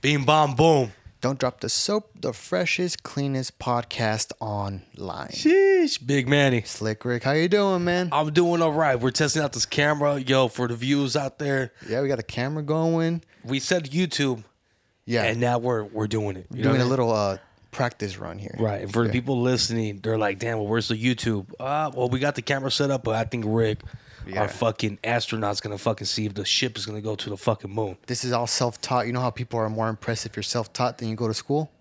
Beam bomb boom. Don't drop the soap, the freshest, cleanest podcast online. Sheesh, big Manny. Slick Rick, how you doing, man? I'm doing all right. We're testing out this camera, yo, for the views out there. Yeah, we got the camera going. We said YouTube, Yeah, and now we're we're doing it. You know what doing a I mean? little uh practice run here. right. And for the Yeah. people listening, they're like, "Damn, well, where's the YouTube?" Uh, well, we got the camera set up, but I think Rick, Yeah. our fucking astronaut's gonna fucking see if the ship is gonna go to the fucking moon. This is all self-taught. You know how people are more impressed if you're self-taught than you go to school.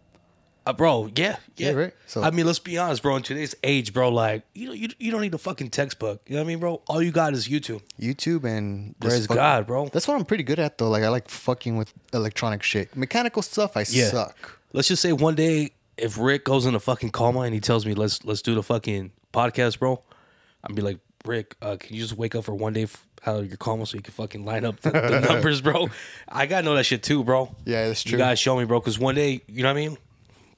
Uh, bro, yeah, yeah. Yeah, right. So- I mean, let's be honest, bro. In today's age, bro, like you know, you, you don't need a fucking textbook. You know what I mean, bro? All you got is YouTube. YouTube and this Praise God, bro. That's what I'm pretty good at though. Like I like fucking with electronic shit. Mechanical stuff, I Yeah. suck. Let's just say one day, if Rick goes in a fucking coma and he tells me, "Let's let's do the fucking podcast, bro," I'd be like, "Rick, uh, can you just wake up for one day f- out of your coma so you can fucking line up the, the numbers, bro?" I gotta know that shit too, bro. Yeah, that's You true. gotta show me, bro, because one day, you know what I mean?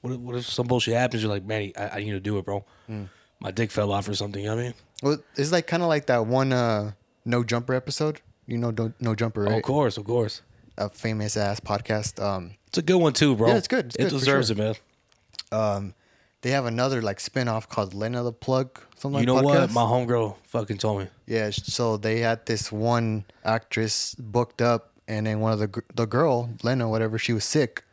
What if, what if some bullshit happens? You're like, Manny, I, I need to do it, bro. Hmm. My dick fell off or something. You know what I mean? Well, it's like kind of like that one uh no jumper episode. You know, no, no jumper, right? Of course, of course. A famous ass podcast. Um, It's a good one too, bro. Yeah, it's good. It's it good, for deserves sure. it, man. they have another like spin-off called Lena the Plug. Something You know like what? podcast. My homegirl fucking told me. Yeah, sh- so they had this one actress booked up, and then one of the gr- the girl Lena, whatever, she was sick,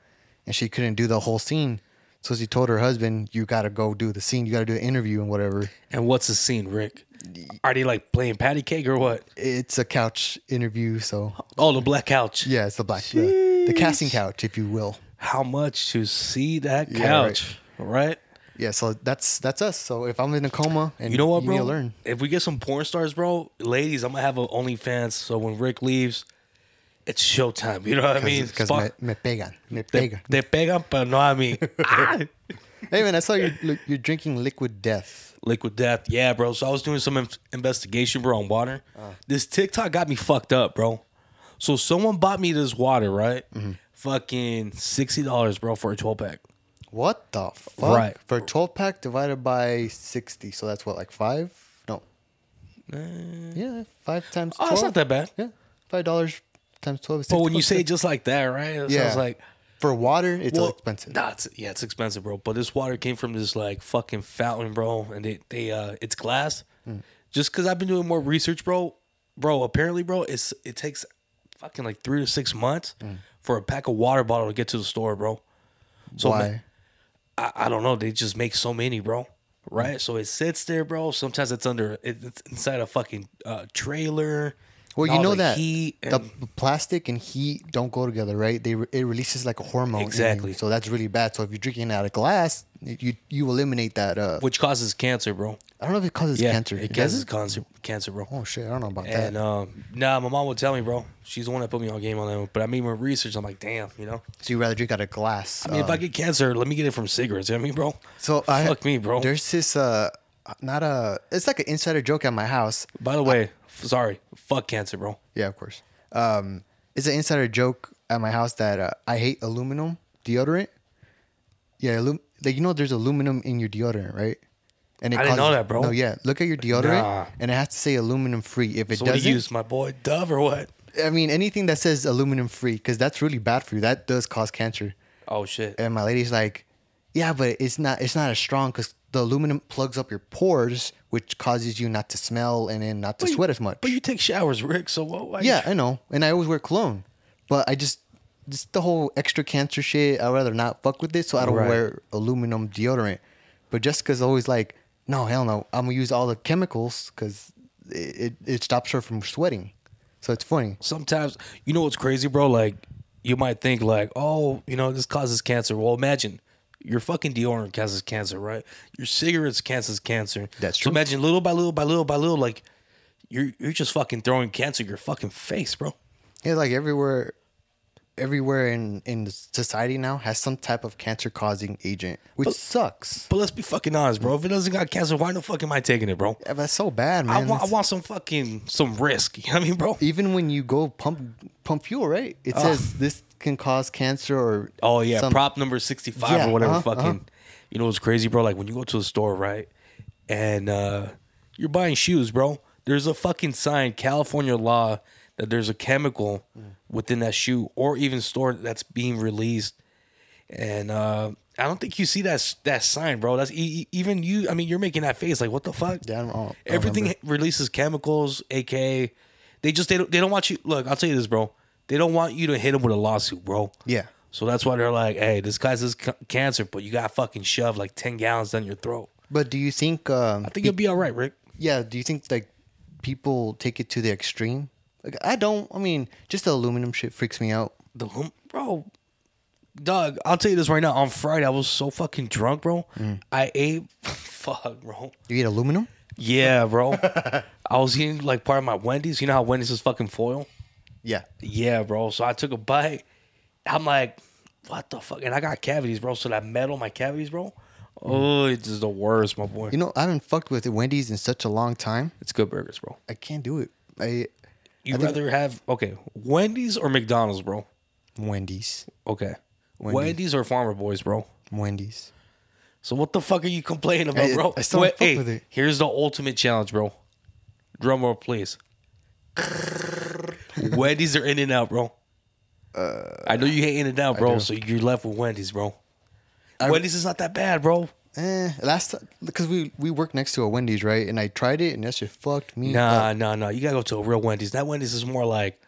and she couldn't do the whole scene. So she told her husband, "You got to go do the scene. You got to do the interview and whatever." And what's the scene, Rick? Are they like playing patty cake or what? It's a couch interview, so Oh, the black couch. yeah, it's the black the, the casting couch, if you will. How much to see that Yeah, couch, right? Yeah, so that's that's us. So if I'm in a coma and You know what, need bro? to learn. If we get some porn stars, bro, ladies, I'm gonna have an OnlyFans. So when Rick leaves, it's showtime. You know what I mean? because me, Fuck. me pegan, They, me pegan. they pegan, but no, I mean, ah! Hey man, I saw you li- you're drinking liquid death. Liquid Death. Yeah, bro. So I was doing some in- investigation, bro, on water. Ah. This TikTok got me fucked up, bro. So someone bought me this water, right? Mm-hmm. Fucking sixty dollars, bro, for a twelve pack. What the fuck? Right. For a 12 pack divided by 60, so that's what like 5? No. yeah, 5 Eh. times 12. Oh, that's not that bad. Yeah. $5 times 12 is 60. But when you say it just like that, right? It Yeah. sounds like for water, it's well, expensive. Nah, it's, yeah, it's expensive, bro. But this water came from this like fucking fountain, bro, and they they uh, it's glass. Mm. Just because I've been doing more research, bro, bro. Apparently, bro, it's it takes fucking like three to six months Mm. for a pack of water bottle to get to the store, bro. So Why? man, I, I don't know. They just make so many, bro. Right? So it sits there, bro. Sometimes it's under, it, it's inside a fucking uh, trailer. well, and you all know the that heat the and- p- plastic and heat don't go together, right? They re- it releases like a hormone. in you, Exactly. so that's really bad. So if you're drinking out of glass, you you eliminate that uh which causes cancer, bro. I don't know if it causes Yeah, cancer. It causes does cancer, cancer, bro. Oh shit, I don't know about And that. um, nah, my mom would tell me, bro. She's the one that put me on game on that. one. But I mean, my research, I'm like, damn, you know. So you rather drink out of glass. I mean, if I get cancer, let me get it from cigarettes. You know what I mean, bro. Um, So I, fuck me, bro. There's this uh, not a. It's like an insider joke at my house. By the way, f- sorry, fuck cancer, bro. Yeah, of course. Um, it's an insider joke at my house that uh, I hate aluminum deodorant. Yeah, alum- like you know, there's aluminum in your deodorant, right? And it I didn't know that, bro. No, yeah. Look at your deodorant, Nah. and it has to say aluminum free. If it So what do doesn't, you use, my boy, Dove or what? I mean, anything that says aluminum free, because that's really bad for you. That does cause cancer. Oh shit. and my lady's like, "Yeah, but it's not it's not as strong because the aluminum plugs up your pores, which causes you not to smell and then not to But you- sweat as much." But you take showers, Rick. So what? why- yeah, I know, and I always wear cologne, but I just just the whole extra cancer shit. I'd rather not fuck with it, so I don't Right. wear aluminum deodorant. But Jessica's always like, "No, hell no, I'm gonna use all the chemicals because it, it it stops her from sweating." So it's funny. sometimes you know what's crazy, bro? Like you might think like, oh, you know, this causes cancer. Well, imagine your fucking deodorant causes cancer, right? Your cigarettes causes cancer. That's So true. imagine little by little by little by little, like you're you're just fucking throwing cancer in your fucking face, bro. Yeah, like everywhere, everywhere in in society now has some type of cancer causing agent, which Oh. sucks. But let's be fucking honest, bro. If it doesn't got cancer, why the fuck am I taking it, bro? Yeah, That's so bad, I man. want, I It's- want some fucking some risk. You know what I mean, bro? even when you go pump pump fuel, right? It says this can cause cancer or Oh yeah, some- prop number sixty five Yeah, or whatever. uh-huh, fucking, uh-huh. you know what's crazy, bro? Like when you go to a store, right, and uh, you're buying shoes, bro. There's a fucking sign, California law, that there's a chemical Mm. within that shoe or even store that's being released. And uh, I don't think you see that s- that sign, bro. That's e- e- even you. I mean, you're making that face like, what the fuck? Yeah, I don't- I don't Everything remember. releases chemicals, aka they just they don't they don't want you. Look, I'll tell you this, bro. They don't want you to hit them with a lawsuit, bro. Yeah. So that's why they're like, hey, this guy's this c- cancer, but you got fucking shoved like ten gallons down your throat. But do you think? Um, I think you'll be all right, Rick. yeah. Do you think like people take it to the extreme? Like I don't. I mean, just the aluminum shit freaks me out. The hum- bro, Doug, I'll tell you this right now. On Friday, I was so fucking drunk, bro. I ate, fuck, bro. You eat aluminum? Yeah, bro. I was eating like part of my Wendy's. You know how Wendy's is fucking foil. Yeah. Yeah, bro. So I took a bite. I'm like, what the fuck? And I got cavities, bro. So that metal, in my cavities, bro. Oh, it's just the worst, my boy. You know, I haven't fucked with Wendy's in such a long time. It's good burgers, bro. I can't do it. I You I would think- rather have okay Wendy's or McDonald's, bro? Wendy's. Okay, Wendy's, Wendy's. or Farmer Boys, bro. Wendy's. So what the fuck are you complaining about, I- bro? I still don't fuck with it. Here's the ultimate challenge, bro. Drum roll, please. Wendy's are in and out, bro. I know you hate in and out, bro. Uh, do. So you're left with Wendy's, bro. I- Wendy's is not that bad, bro. Eh, last time because we we work next to a Wendy's, right? And I tried it, and that shit fucked me. Nah, nah, nah. You gotta go to a real Wendy's. That Wendy's is more like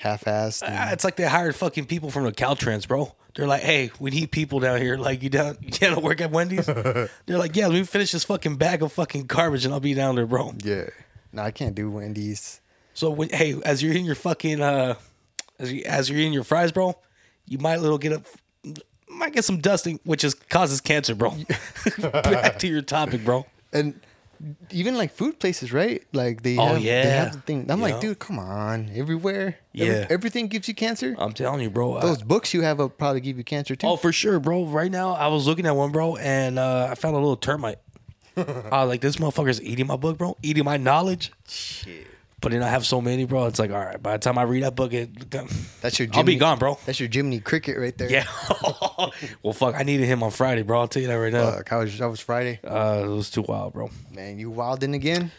half-assed. and- ah, it's like they hired fucking people from the Caltrans, bro. They're like, hey, we need people down here. Like you down, you gotta work at Wendy's. They're like, yeah, let me finish this fucking bag of fucking garbage and I'll be down there, bro. yeah. No, I can't do Wendy's. So when, hey, as you're in your fucking uh, as you as you're eating your fries, bro, you might little get a might get some dusting, which is causes cancer, bro. Back to your topic, bro. and even like food places, right? Like they Oh, have, they yeah. have the thing. I'm Yeah. like, dude, come on, everywhere, Every- Yeah. everything gives you cancer. I'm telling you, bro. I- Those books you have will probably give you cancer too. Oh, for sure, bro. Right now, I was looking at one, bro, and uh, I found a little termite. I was like, this motherfucker's eating my book, bro. Eating my knowledge. Shit. But then I have so many, bro. It's like, all right, by the time I read that book, it, that's your. I'll be Jiminy- gone, bro. That's your Jiminy Cricket right there. Yeah. well, fuck, I needed him on Friday, bro. I'll tell you that right now. Fuck, how was how was Friday? Uh, it was too wild, bro. Man, you wilding again?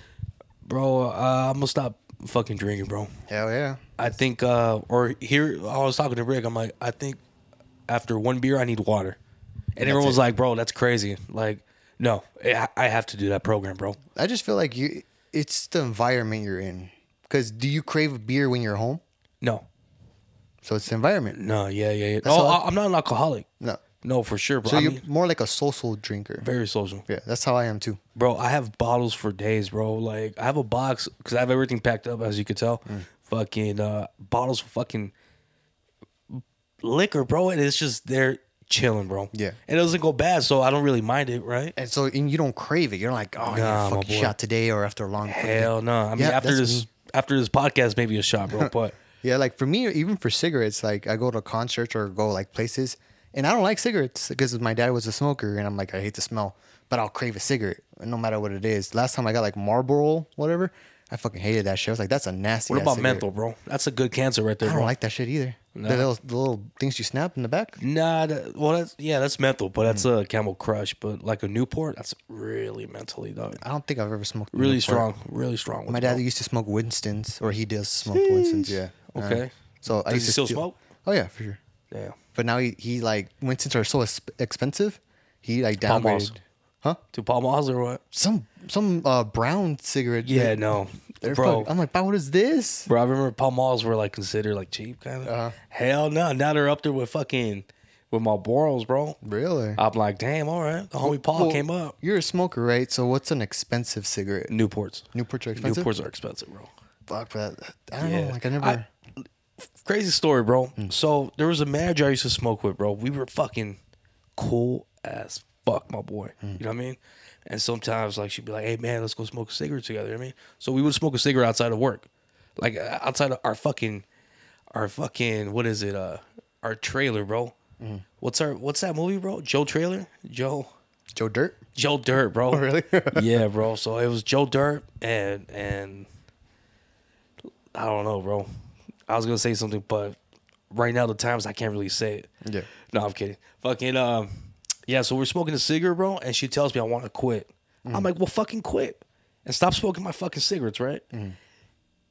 Bro, uh, I'm gonna stop fucking drinking, bro. Hell yeah. I think, uh, or here, I was talking to Rick. I'm like, I think after one beer, I need water. And everyone was it. like, bro, that's crazy. Like, no, I I have to do that program, bro. I just feel like you. It's the environment you're in. Because do you crave beer when you're home? No, So it's the environment. no, yeah, yeah. yeah. No, all I- I, I'm not an alcoholic. No. No, for sure, bro. So I you're mean, more like a social drinker. very social, Yeah, that's how I am too. bro. I have bottles for days, bro. Like I have a box because I have everything packed up, as you could tell. Mm. Fucking uh, bottles of fucking liquor, bro, and it's just there chilling, bro. Yeah. and it doesn't go bad, so I don't really mind it, right? And so, and you don't crave it. You're like, oh, I need Nah, a my fucking boy. shot today, or after a long. fucking day. Hell no. I mean, Yeah, after that's this, me. after this podcast, maybe a shot, bro. But Yeah, like for me, even for cigarettes, like I go to concerts or go like places, and I don't like cigarettes because my dad was a smoker, and I'm like, I hate the smell, but I'll crave a cigarette no matter what it is. Last time I got like Marlboro, whatever, I fucking hated that shit. I was like, that's a nasty. what ass about cigarette. menthol, bro? That's a good cancer right there, I don't bro. like that shit either. The, little, the little things you snap in the back. Nah, that, well, that's yeah, that's mental, but that's Mm. a Camel Crush. But like a Newport, that's really mentally dog. I don't think I've ever smoked. Really before. strong, really strong. With My it, dad bro. used to smoke Winston's, or he does smoke Winston's. Yeah. Uh, Okay. so Does I he used to still steal- smoke? Oh yeah, for sure. yeah, But now he, he like Winston's are so ex- expensive, he like Palm Malls. downgraded. Huh? two Pall Malls or what? Some some uh, brown cigarette. Yeah, that- no, they're bro. fuck- I'm like, "Bro, what is this? bro, I remember Pall Malls were like considered like cheap, kind of. Uh-huh. Hell no, now they're up there with fucking with my Boros, bro. Really? I'm like, damn, all right, the homie Uh, Paul Well, came up. You're a smoker, right? So what's an expensive cigarette? Newports, Newports are expensive. Newports are expensive, bro. Fuck that. I don't Yeah. know. Like I never. I- crazy story, bro. So there was a manager I used to smoke with, bro. We were fucking cool as fuck, my boy. You know what I mean? And sometimes like she'd be like, "Hey man, let's go smoke a cigarette together." You know what I mean, so we would smoke a cigarette outside of work, like uh, outside of our fucking, our fucking what is it? Uh, our trailer, bro. What's our what's that movie, bro? Joe trailer, Joe. Joe Dirt. Joe Dirt, bro. Oh, really? yeah, bro. So it was Joe Dirt and and I don't know, bro. I was gonna say something, but right now the times I can't really say it. Yeah. No, I'm kidding. Fucking um, yeah. So we're smoking a cigarette, bro, and she tells me I want Mm. to Mm. quit. I'm like, well, fucking quit and stop smoking my fucking cigarettes, right?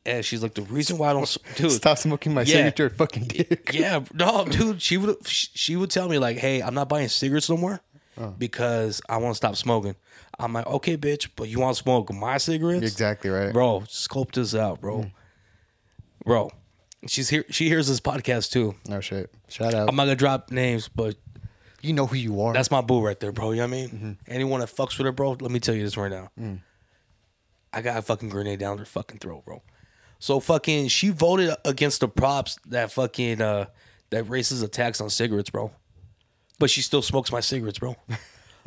ass. She's like, the reason why I don't, s- dude. Stop smoking my Yeah. signature fucking dick. Yeah, no, dude. She would she she would tell me like, "Hey, I'm not buying cigarettes no more Oh. because I want to stop smoking." I'm like, "Okay, bitch, but you want to smoke my cigarettes?" Exactly right. Hmm. bro. Sculpt this out, bro. Bro, she's here. She hears this podcast too. No shit. Shout out. I'm not gonna drop names, but you know who you are. that's my boo right there, bro. You know what I mean? Anyone that fucks with her, bro, let me tell you this right now. I got a fucking grenade down her fucking throat, bro. So fucking she voted against the props that fucking uh that racist attacks on cigarettes, bro. But she still smokes my cigarettes, bro.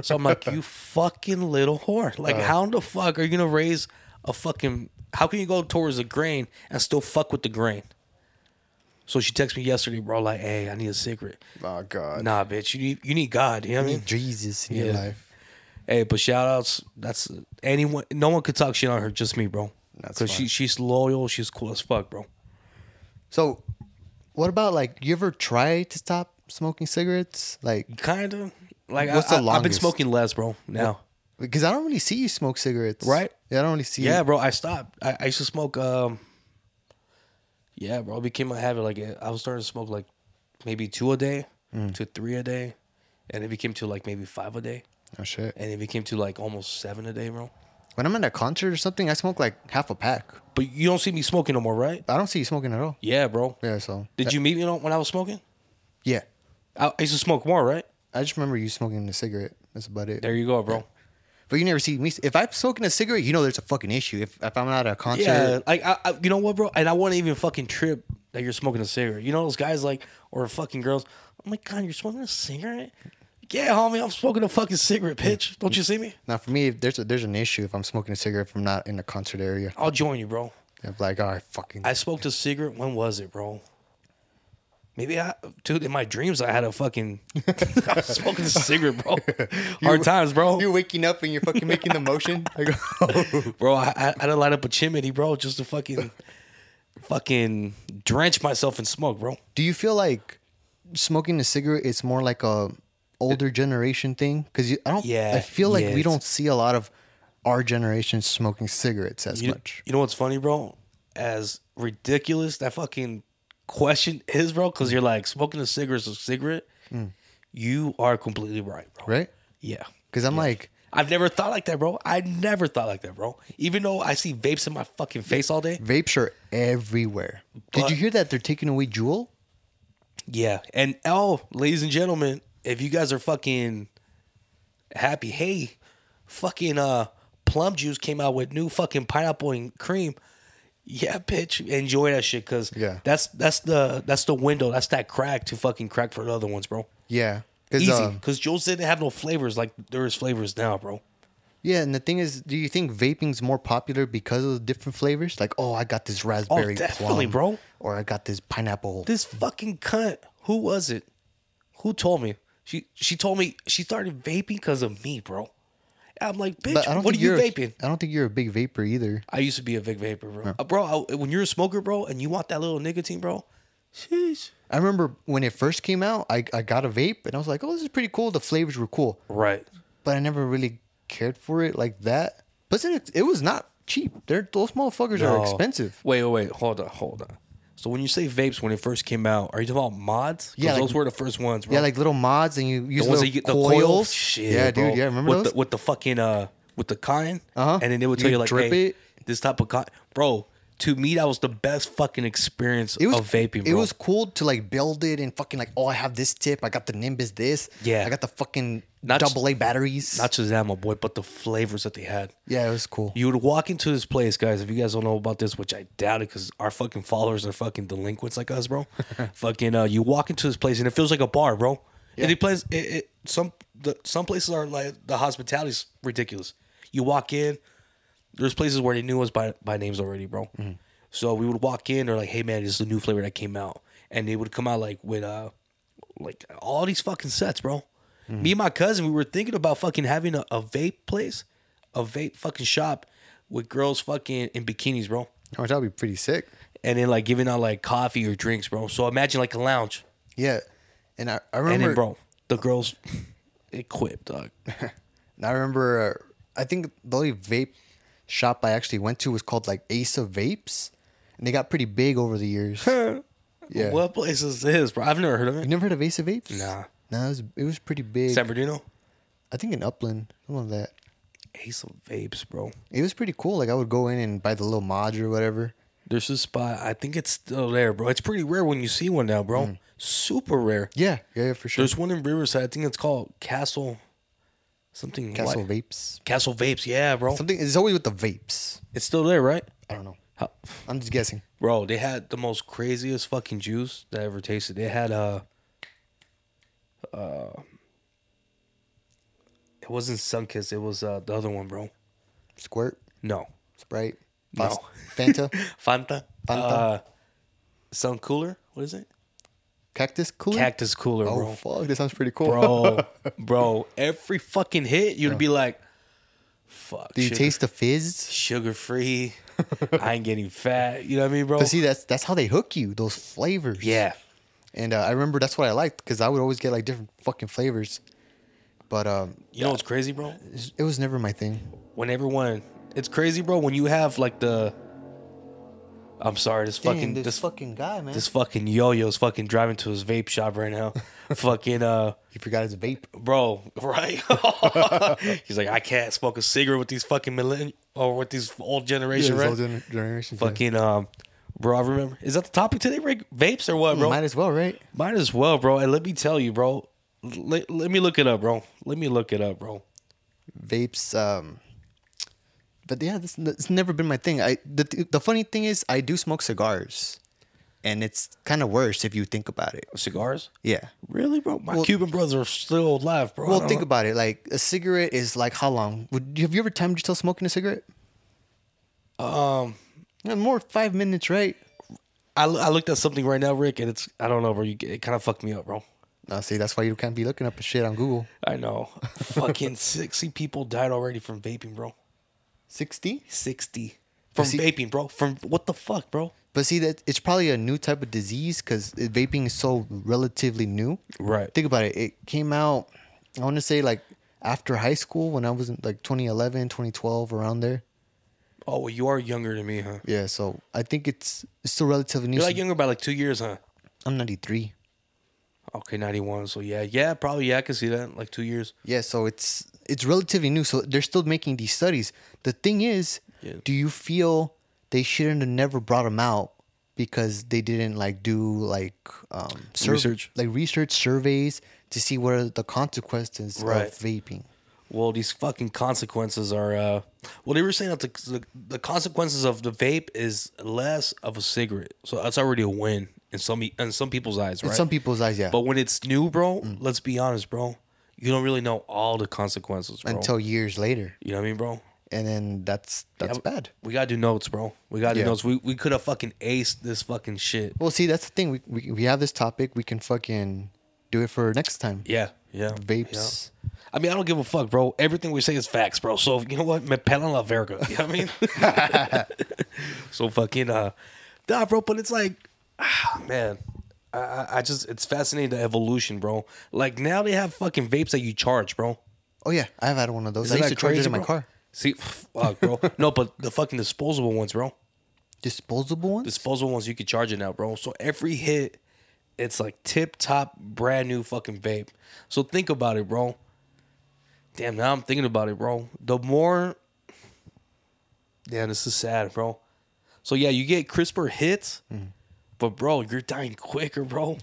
So I'm like, you fucking little whore. Like, how in the fuck are you gonna raise a fucking how can you go towards the grain and still fuck with the grain? So she texted me yesterday, bro, like, hey, I need a cigarette. oh God. Nah, bitch, you need you need God. You know what I mean? Jesus in your Yeah. life. Hey, but shout outs. That's anyone. No one could talk shit on her. Just me, bro. That's Because she fine. she's loyal. She's cool as fuck, bro. So, what about like you ever try to stop smoking cigarettes? Like, Kind of. Like What's I, the I- I've been longest? smoking less, bro. Now. because I don't really see you smoke cigarettes, Right. Yeah, I don't really see. Yeah, bro. I stopped. I, I used to smoke. Um. Yeah, bro. It became a habit. Like I was starting to smoke like maybe two a day Mm. to three a day, and it became to like maybe five a day, Oh shit. and it became to like almost seven a day, bro. When I'm at a concert or something, I smoke like half a pack. But you don't see me smoking no more, right? I don't see you smoking at all. Yeah, bro. Uh, Yeah. So. uh, Did you meet me on- when I was smoking? Yeah. I, I used to smoke more, right? I just remember you smoking a cigarette. That's about it. There you go, bro. But you never see me. If I'm smoking a cigarette, you know there's a fucking issue. If, if I'm not at a concert, Yeah, like I, I, you know what, bro? And I wouldn't even fucking trip that you're smoking a cigarette. You know those guys like or fucking girls. Oh my god, you're smoking a cigarette? Yeah, homie, I'm smoking a fucking cigarette, bitch. Don't you see me? now for me, if there's a, there's an issue if I'm smoking a cigarette if I'm not in a concert area. I'll join you, bro. I'm like, all right, fucking. I smoked a cigarette. When was it, bro? Maybe I, dude. In my dreams, I had a fucking. I was smoking a cigarette, bro. Hard times, bro. You're waking up and you're fucking making the motion. Like, bro. I, I, I done light up a chimney, bro, just to fucking, fucking drench myself in smoke, bro. Do you feel like smoking a cigarette is more like a older generation thing? Because I don't. Yeah, I feel like yeah, we it's- don't see a lot of our generation smoking cigarettes as You, much. you know what's funny, bro? As ridiculous that fucking question is, bro, because you're like smoking a cigarette is a cigarette. You are completely right, bro. Right? Yeah. Because I'm like, I've never thought like that, bro. I never thought like that, bro. Even though I see vapes in my fucking face all day. vapes are everywhere. Did But- you hear that they're taking away Juul? Yeah. And L, ladies and gentlemen, if you guys are fucking happy, hey, fucking uh plum juice came out with new fucking pineapple and cream. Yeah, bitch. Enjoy that shit because Yeah. that's that's the that's the window. That's that crack to fucking crack for the other ones, bro. Yeah. Easy. Because um, Cause Jules didn't have no flavors like there is flavors now, bro. yeah, and the thing is, do you think vaping's more popular because of the different flavors? Like, oh, I got this raspberry, definitely, plum, bro. or I got this pineapple. This fucking cunt, who was it? Who told me? She she told me she started vaping because of me, bro. I'm like, bitch, but I don't what are think you you're a- vaping? I don't think you're a big vapor either. I used to be a big vapor, bro. Uh, bro, I, when you're a smoker, bro, and you want that little nicotine, bro, sheesh. I remember when it first came out, I, I got a vape and I was like, oh, this is pretty cool. The flavors were cool, Right. but I never really cared for it like that. But it, it was not cheap. They're, those motherfuckers are expensive. Wait, wait, wait. Hold on, hold on. So when you say vapes when it first came out, are you talking about mods? 'Cause Yeah, like- those were the first ones, bro. Yeah, like little mods and you use the ones little that you get the coils. coils. Shit, yeah, bro. dude. Yeah, remember with those? The, with the fucking uh, with the cotton, Uh-huh. and then they would You tell you like, drip hey, it. this type of cotton, bro. To me, that was the best fucking experience it was of vaping. Bro. It was cool to like build it and fucking like, oh, I have this tip. I got the Nimbus this. Yeah. I got the fucking Not just- double A batteries. not just that, my boy, but the flavors that they had. yeah, it was cool. You would walk into this place, guys. If you guys don't know about this, which I doubt it, because our fucking followers are fucking delinquents like us, bro. fucking, uh, you walk into this place and it feels like a bar, bro. And it plays. It, it some the some places are like the hospitality's ridiculous. You walk in, there's places where they knew us by by names already, bro. So we would walk in, they're like, "Hey man, this is a new flavor that came out," and they would come out like with uh like all these fucking sets, bro. Me and my cousin, we were thinking about fucking having a, a vape place, a vape fucking shop with girls fucking in bikinis, bro, Oh, that would be pretty sick. and then like giving out like coffee or drinks, bro. So imagine like a lounge, Yeah. And I, I and remember. then bro, the girls, it quit, dog. And I remember, uh, I think the only vape shop I actually went to was called like Ace of Vapes. and they got pretty big over the years. yeah. What place is this, bro? I've never heard of You it. never heard of Ace of Eights? Nah. No, it was, it was pretty big. San Bernardino? I think in Upland, some of that. Ace of Vapes, bro. It was pretty cool. Like I would go in and buy the little module or whatever. There's this spot. I think it's still there, bro. It's pretty rare when you see one now, bro. Mm. Super rare. Yeah, yeah, yeah, for sure. There's one in Riverside. I think it's called Castle something. Castle Vapes. Vapes. Castle Vapes. Yeah, bro. Something. It's always with the vapes. It's still there, right? I don't know. How- I'm just guessing. Bro, they had the most craziest fucking juice that I ever tasted. They had uh, uh, it wasn't Sunkiss. It was uh the other one, bro. Squirt, No, Sprite, No. Fas- Fanta, Fanta. Fanta. Uh, Sun Cooler. What is it? Cactus Cooler. Cactus Cooler, oh bro. fuck, that sounds pretty cool. bro, bro. Every fucking hit, you'd be like, "Fuck." Do you sugar, taste the fizz? sugar free? I ain't getting fat. You know what I mean, bro? But see, that's that's how they hook you. Those flavors. Oh. yeah. And uh, I remember that's what I liked because I would always get like different fucking flavors. But um, You know what's crazy, bro? it was never my thing. when everyone it's crazy bro when you have like the i'm sorry this fucking this, this, fucking guy, man. fucking yo-yo's fucking driving to his vape shop right now fucking uh he forgot his vape. bro right he's like i can't smoke a cigarette with these fucking millennial or with these old generation His right old gener- generation. fucking um bro i remember is that the topic today Rick? vapes or what bro Might as well, right? Might as well, bro. And let me tell you, bro. Let, let me look it up, bro. Let me look it up, bro. vapes. Um, but yeah, this, it's never been my thing. I the the funny thing is, I do smoke cigars, and it's kind of worse if you think about it. Cigars? Yeah. Really, bro? My Well- Cuban brothers are still alive, bro. I Well, don't think know. about it. Like a cigarette is like how long? Would have you ever timed yourself smoking a cigarette? Um, No, More five minutes, right? I, l- I looked at something right now, Rick, and it's I don't know, bro. You, it kind of fucked me up, bro. No, see, that's why you can't be looking up shit on Google. I know. Fucking sixty people died already from vaping, bro. Sixty. Sixty from see- vaping, bro. From what the fuck, bro? But see, that it's probably a new type of disease because vaping is so relatively new. Right. Think about it. It came out, I want to say, like after high school when I was in like 2011, 2012, around there. Oh, well, you are younger than me, huh? Yeah. So I think it's, it's still relatively new. You're so- like younger by like two years, huh? I'm 93. Okay, ninety one. So yeah, yeah, probably yeah. I can see that. Like two years. Yeah. So it's, it's relatively new. So they're still making these studies. The thing is, Yeah. do you feel they shouldn't have never brought them out? Because they didn't like do like um, surv- Research. like research surveys to see what are the consequences Right. of vaping. Well, these fucking consequences are. uh Well, they were saying that the, the the consequences of the vape is less of a cigarette. So that's already a win in some in some people's eyes, right? In some Mm. people's eyes, yeah. But when it's new, bro, let's be honest, bro. You don't really know all the consequences, bro. until years later, you know what I mean, bro. and then that's that's Yeah, bad. We gotta do notes, bro. We gotta Yeah. do notes. We we could have fucking aced this fucking shit. Well, see, that's the thing. We, we we have this topic. We can fucking do it for next time. Yeah, yeah. Vapes. yeah. I mean, I don't give a fuck, bro. Everything we say is facts, bro. So you know what? Me pelan la verga. You know what I mean? so fucking uh, nah, bro. But it's like, ah, man, I, I I just it's fascinating the evolution, bro. Like now they have fucking vapes that you charge, bro. Oh yeah, I've had one of those. Is I that used to charge it crazy, in my bro? car. See, fuck, bro. no, but the fucking disposable ones, bro. Disposable ones. Disposable ones, you can charge it now, bro. So every hit, it's like tip top, brand new fucking vape. So think about it, bro. Damn, now I'm thinking about it, bro. The more, damn, this is sad, bro. So yeah, you get crisper hits, but bro, you're dying quicker, bro.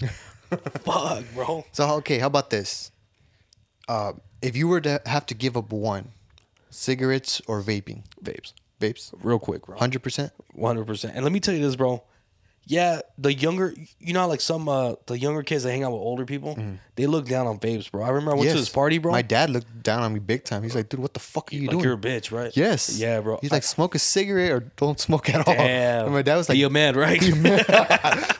Fuck, bro. so how- okay, how about this? Uh, if you were to have to give up one, cigarettes or vaping, Vapes, vapes, real quick, bro. hundred percent. One hundred percent. And let me tell you this, bro. Yeah, the younger, you know, how, like some uh the younger kids that hang out with older people, they look down on vapes, bro. I remember I went to this party, bro. Mm-hmm. My dad looked down on me big time. He's like, "Dude, what the fuck are you like doing?" you're a bitch, right? yes. Yeah, bro. He's like, "Smoke a cigarette or don't smoke at all." damn. And my dad was like, be a man, right?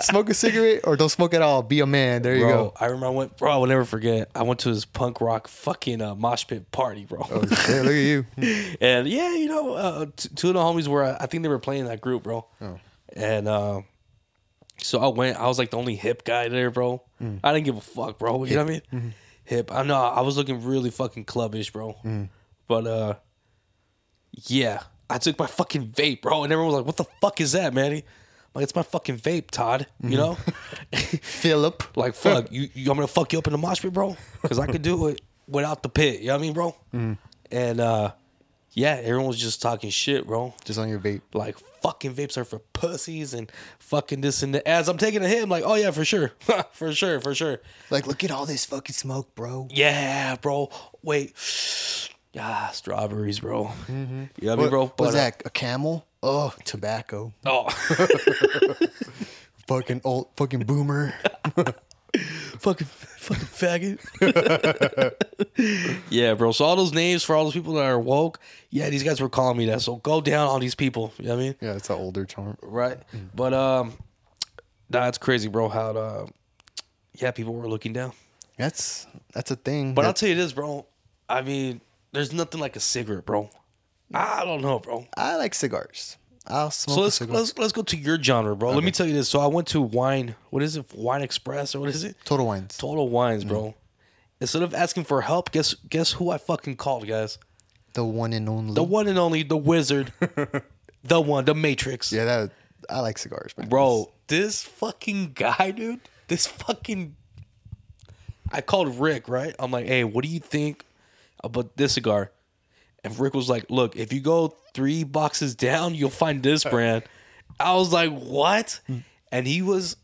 smoke a cigarette or don't smoke at all. Be a man. There you bro, go. I remember I went, bro. I will never forget. I went to this punk rock fucking uh, mosh pit party, bro. Oh, shit, look at you. and yeah, you know, uh, t- two of the homies were, I think they were playing that group, bro. And uh, so I went, I was like the only hip guy there, bro. I didn't give a fuck, bro. You know what I mean? Hip. I know, I was looking really fucking clubbish, bro. But uh, yeah, I took my fucking vape, bro. And everyone was like, what the fuck is that, Manny? Like it's my fucking vape, Todd. You know, Philip. like fuck you. You I'm gonna fuck you up in the mosh pit, bro, because I could do it without the pit. You know what I mean, bro? And uh, yeah, everyone was just talking shit, bro. Just on your vape. Like fucking vapes are for pussies and fucking this and that. As I'm taking a hit, I'm like, oh yeah, for sure, for sure, for sure. Like, look at all this fucking smoke, bro. Yeah, bro. Wait. Ah, strawberries, bro. You know what I mean, What, bro? But, what's uh, that? A camel? Oh, tobacco. Oh, Fucking old, fucking boomer. fucking, fucking faggot. yeah, bro. So all those names for all those people that are woke, yeah, these guys were calling me that. So go down on these people. You know what I mean? yeah, it's an older term. Right. But um, nah, it's crazy, bro. How uh, yeah, people were looking down. That's that's a thing. But I'll that, tell you this, bro. I mean, there's nothing like a cigarette, bro. I don't know, bro. I like cigars. I'll smoke So a let's cigar. let's let's go to your genre, bro. Let me tell you this. So I went to Wine. What is it? Wine Express or what is it? Total wines. Total Wines, Mm. bro. Instead of asking for help, guess guess who I fucking called, guys? the one and only. The one and only, the Wizard, the one, the Matrix, yeah, that I like cigars, man. bro. This fucking guy, dude. This fucking. I called Rick, right? I'm like, hey, what do you think about this cigar? And Rick was like, look, if you go three boxes down, you'll find this brand. I was like, what? Mm. And he was,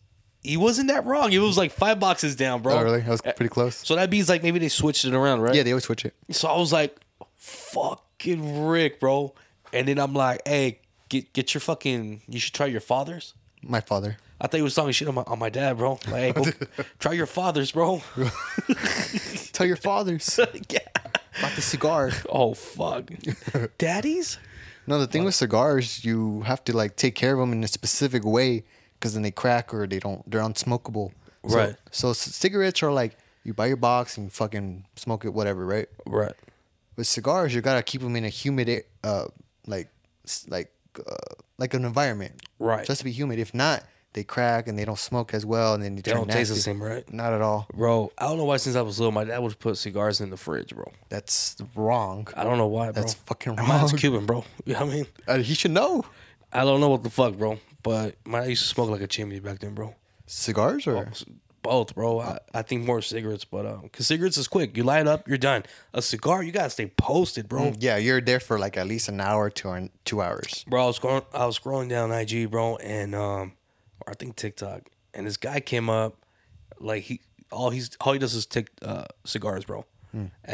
he wasn't that wrong. He was like five boxes down, bro. Oh, really? That was pretty close. So that means like maybe they switched it around, right? Yeah, they always switch it. So I was like, fucking Rick, bro. And then I'm like, hey, get get your fucking. You should try your father's. My father. I thought he was talking shit on my, on my dad, bro. Like, hey, go, try your father's, bro. Tell your fathers yeah. about the cigar. Oh fuck, daddies. No, the thing with cigars, you have to like take care of them in a specific way because then they crack or they don't, they're unsmokable. So- Right. So, c- cigarettes are like you buy your box and fucking smoke it, whatever, right? Right. With cigars, you gotta keep them in a humid, a- uh, like, s- like, uh, like an environment. Right. So it has to be humid. If not, they crack and they don't smoke as well, and then they, They turn don't taste the nasty. same, right? Not at all. Bro, I don't know why since I was little, my dad would put cigars in the fridge, bro. That's wrong. I don't know why, bro. That's fucking My dad's wrong. Cuban, bro. You know what I mean? Uh, he should know. I don't know what the fuck, bro. But my dad used to smoke like a chimney back then, bro. Cigars or Both, bro. I, I think more cigarettes, but um, cause cigarettes is quick. You light up, you're done. A cigar, you gotta stay posted, bro. yeah, you're there for like at least an hour to an- two hours. Bro, I was scrolling, I was scrolling down IG, bro, and um, or I think TikTok, and this guy came up, like he all he's all he does is tick uh, cigars, bro,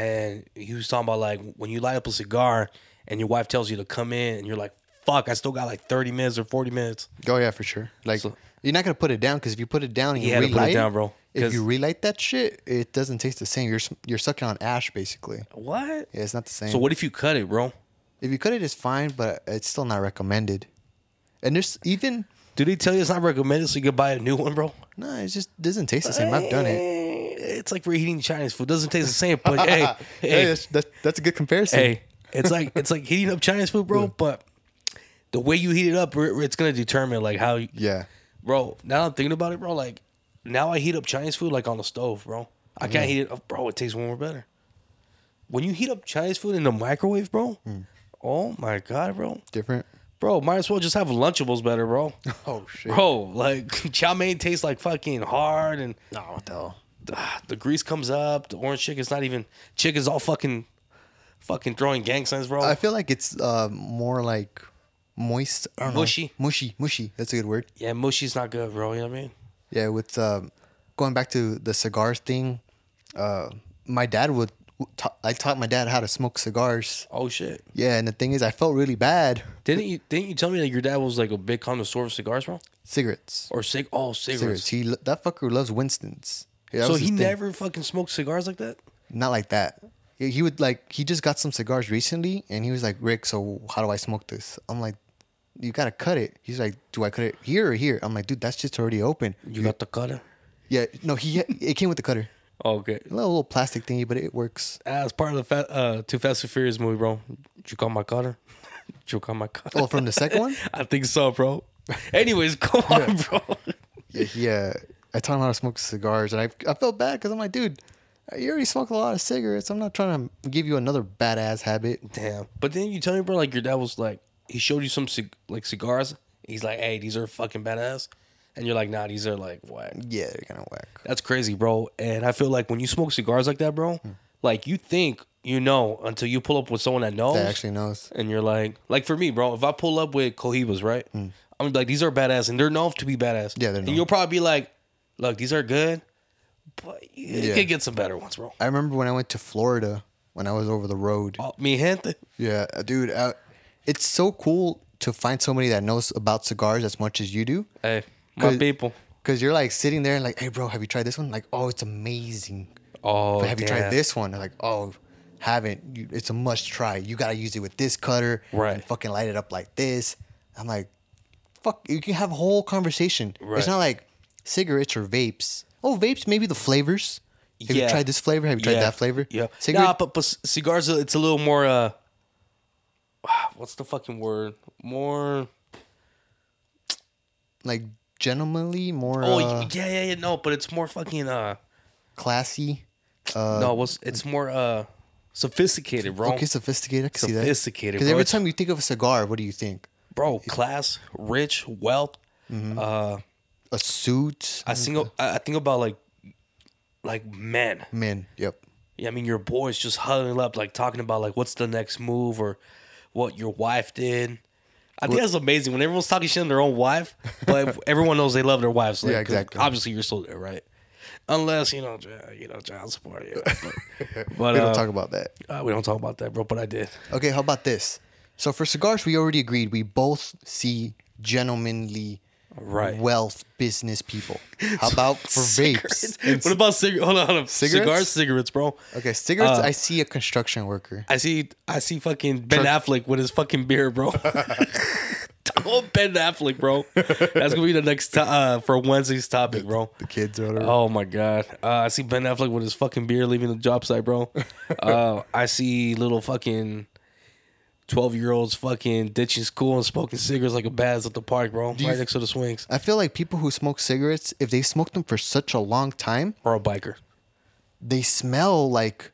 and he was talking about like when you light up a cigar and your wife tells you to come in, and you're like, fuck, I still got like thirty minutes or forty minutes. Oh yeah, for sure. Like you're not gonna put it down because if you put it down and you Yeah, to put it relight down, bro, If 'cause- you relight that shit, it doesn't taste the same. You're sm- you're sucking on ash basically. What? Yeah, it's not the same. So what if you cut it, bro? if you cut it, it's fine, but it's still not recommended. And there's even Do they tell you it's not recommended so you can buy a new one, bro? no, it just doesn't taste the same. I've done it. Eh, It's like reheating Chinese food. Doesn't taste the same, but hey, Ah, hey, that's, that's, that's a good comparison. hey, it's like it's like heating up Chinese food, bro. But the way you heat it up, it- it's gonna determine like how, you, Yeah, bro. Now I'm thinking about it, bro. Like now I heat up Chinese food like on the stove, bro. I can't Mm. heat it up, bro. It tastes way more better. When you heat up Chinese food in the microwave, bro. Mm. Oh my god, bro. different. Bro, might as well just have Lunchables better, bro. Oh shit. Bro, like chow mein tastes like fucking hard and No, what the hell? ah, the grease comes up. The orange chicken's not even chicken's all fucking, fucking throwing gang signs, bro. I feel like it's uh, more like moist. I don't know. Mushy. Mushy. Mushy. That's a good word. yeah, mushy's not good, bro. You know what I mean? Yeah, with um, going back to the cigars thing, uh, my dad would. ta- I taught my dad how to smoke cigars. Oh shit! Yeah, and the thing is, I felt really bad. Didn't you didn't you tell me that your dad was like a big connoisseur of cigars, bro? Cigarettes. Or cig? Oh, cigarettes. Cigarettes. He lo- that fucker loves Winston's. Yeah, that So was he his thing. never fucking smoked cigars like that. Not like that. He he would like. He just got some cigars recently, and he was like, "Rick, so how do I smoke this?" I'm like, "You gotta cut it." He's like, "Do I cut it here or here?" I'm like, "Dude, that's just already open." You got the cutter. Yeah, no, he it came with the cutter, Okay, a little, little plastic thingy, but it works. as part of the fa- uh, Too Fast and Furious movie, bro. Did you call my cutter? Did you call my cutter? Oh, from the second one, I think so, bro. Anyways, come on, bro. yeah, he, uh, I taught him how to smoke cigars, and I I felt bad because I'm like, dude, you already smoke a lot of cigarettes. I'm not trying to give you another badass habit. Damn. But then you tell me, bro, like your dad was like he showed you some cig- like cigars He's like, hey, these are fucking badass. And you're like, nah, these are like whack. Yeah, they're kind of whack. That's crazy, bro. And I feel like when you smoke cigars like that, bro, like you think you know until you pull up with someone that knows. That actually knows. and you're like, like for me, bro, if I pull up with Cohibas, right? I'm gonna be like, these are badass, and they're Hmm. known to be badass. Yeah, they're And known. you'll probably be like, look, these are good, but you Yeah. could get some better ones, bro. I remember when I went to Florida when I was over the road. Oh, Mi gente. Yeah, dude, uh, it's so cool to find somebody that knows about cigars as much as you do. Hey, my Cause- people. Cause you're like sitting there and like, hey, bro, have you tried this one? Like, oh, it's amazing. Oh, But have you damn. tried this one? They're like, oh, haven't. You, it's a must try. You gotta use it with this cutter. Right. And fucking light it up like this. I'm like, fuck. You can have a whole conversation. Right. It's not like cigarettes or vapes. Oh, vapes, maybe the flavors. Have Yeah. you tried this flavor? Have you tried Yeah. that flavor? Yeah. Cigarette. Nah, but, but c- cigars, uh, it's a little more. uh What's the fucking word? More. like gentlemanly, more Oh uh, yeah, yeah, yeah. No, but it's more fucking. uh classy. Uh, No, it's it's more uh sophisticated, bro. Okay, sophisticated. I can see that. Sophisticated, Because bro. every It's- time you think of a cigar, what do you think? bro, class, rich, wealth. Mm-hmm. Uh, A suit. I think I I think about like like men. men. Yep. Yeah, I mean your boys just huddling up, like talking about like what's the next move or what your wife did. I think that's amazing when everyone's talking shit on their own wife, but everyone knows they love their wives. Like, Yeah, 'cause exactly. Obviously, you're still there, right? Unless you know, j- you know, child support. Yeah, but but, We uh, don't talk about that. uh, we don't talk about that, bro. But I did. Okay, how about this? So for cigars, we already agreed we both see gentlemanly, Right. wealth business people. How about for vapes? Cigarettes. What about cigarettes? Hold on, hold on. Cigarettes? Cigars, cigarettes, bro. Okay, cigarettes. Uh, I see a construction worker. I see I see fucking Ben Affleck with his fucking beer, bro. oh, Ben Affleck, bro. That's gonna be the next to- uh for Wednesday's topic, bro. The kids or whatever. Oh my god. Uh, I see Ben Affleck with his fucking beer leaving the job site, bro. Uh, I see little fucking twelve year olds fucking ditching school and smoking cigarettes like a badass at the park, bro. Right next to the swings. I feel like people who smoke cigarettes, if they smoke them for such a long time, Or a biker. they smell like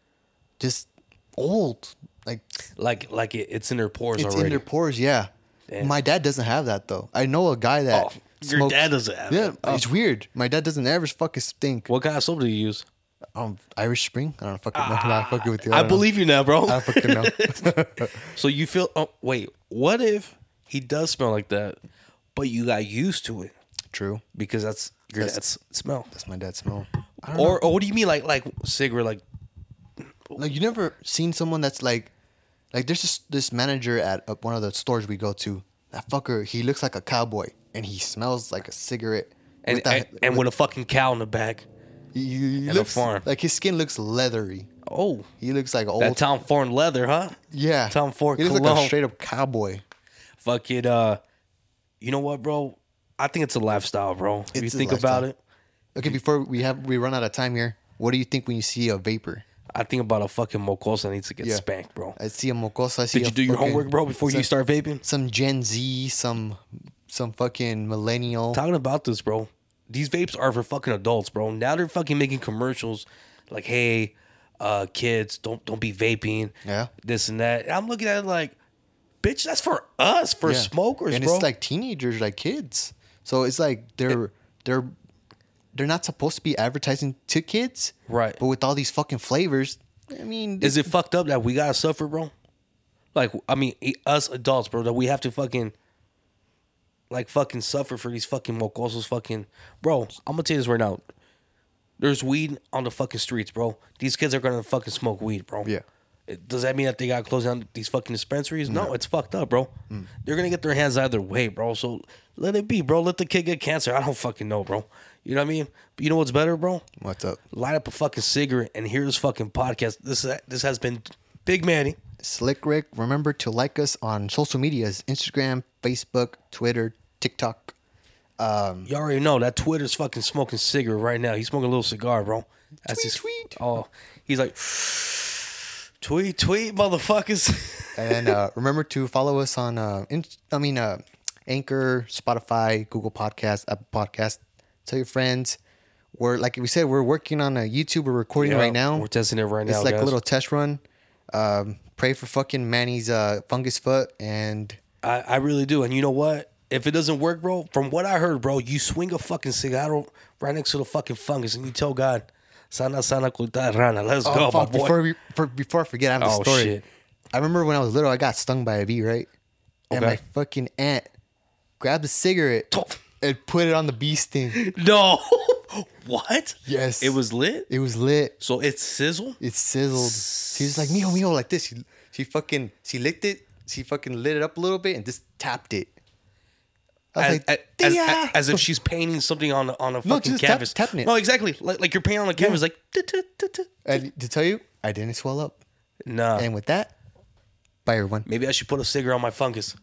just old. Like Like like it, it's in their pores it's already. in their pores. Yeah. Damn. My dad doesn't have that though. I know a guy that Oh, your smokes. dad doesn't have yeah, that. Oh. it's weird. My dad doesn't ever fucking stink. What kind of soap do you use? Um, Irish Spring. I don't fucking know. I'm not fucking with you. Ah, I, don't know. believe you now, bro. I fucking know. So you feel? Oh wait, what if he does smell like that, but you got used to it True. because that's your That's- dad's smell? That's my dad's smell. Or, or what do you mean, like like cigarette? Like Like you never seen someone that's like, like there's this this manager at uh, one of the stores we go to. That fucker, he looks like a cowboy and he smells like a cigarette. and with that- and, and with a fucking cow in the back. he, he a looks farm. like his skin looks leathery. Oh, He looks like old. that Tom Ford leather, huh? yeah, Tom Ford He looks like cologne. a straight up cowboy. Fuck it. Uh, you know what, bro? I think it's a lifestyle, bro. if you It's a think about lifestyle. it, Okay, before we have we run out of time here, what do you think when you see a vapor? I think about a fucking mocosa needs to get Yeah. spanked, bro. I see a mocosa. I see Did a you do your fucking- homework, bro, before you some- start vaping? Some Gen Z, some some fucking millennial. talking about this, bro. These vapes are for fucking adults, bro. Now they're fucking making commercials like, "Hey, uh, kids, don't don't be vaping." Yeah. This and that. And I'm looking at it like, bitch, that's for us, for Yeah. smokers, and bro. it's like teenagers, like kids. So it's like they're they're they're not supposed to be advertising to kids, Right. But with all these fucking flavors, I mean, Is it fucked up that we gotta suffer, bro? Like, I mean, i- us adults, bro, that we have to fucking like fucking suffer for these fucking mocosos, fucking bro. I'm gonna tell you this right now. There's weed on the fucking streets, bro. These kids are gonna fucking smoke weed, bro. Yeah. It- Does that mean that they got to close down these fucking dispensaries? No, it's fucked up, bro. They're gonna get their hands either way, bro. So let it be, bro. Let the kid get cancer. I don't fucking know, bro. You know what I mean? But you know what's better, bro? what's up, light up a fucking cigarette and hear this fucking podcast. This this has been Big Manny. Slick Rick? Remember to like us on social medias: Instagram, Facebook, Twitter, TikTok. You already know that Twitter's fucking smoking cigarette right now. He's smoking a little cigar, bro. That's Tweet, his tweet. Oh, he's like tweet tweet motherfuckers. and uh, remember to follow us on uh, in, I mean uh, Anchor, Spotify, Google Podcast, Apple Podcast. Tell your friends. We're like we said, we're working on a YouTube. We're recording Yeah, right now. we're testing it right It's now, like guys. a little test run. Um, pray for fucking Manny's uh, fungus foot and I, I really do. And you know what? If it doesn't work, bro, from what I heard, bro, you swing a fucking cigar right next to the fucking fungus and you tell God, Sana Sana Kuta Rana, let's Oh, go, fuck, my boy. Before, we, for, before I forget, I have a Oh, story. shit. I remember when I was little, I got stung by a bee, right? And Okay. my fucking aunt grabbed a cigarette and put it on the bee sting. no. what? Yes. It was lit? It was lit. So it sizzled? It sizzled. She was like, "Mio, Mio," like this. She, she fucking, she licked it. She fucking lit it up a little bit and just tapped it. I was As, like, as- as- "Tia!" as if she's painting something on a- on a No, fucking just tap- canvas. tapping it. No, exactly. Like, like you're painting on a canvas, like tut, tut, tut, tut. And to tell you, I didn't swell up. nah. And with that, bye everyone. Maybe I should put a cigarette on my fungus.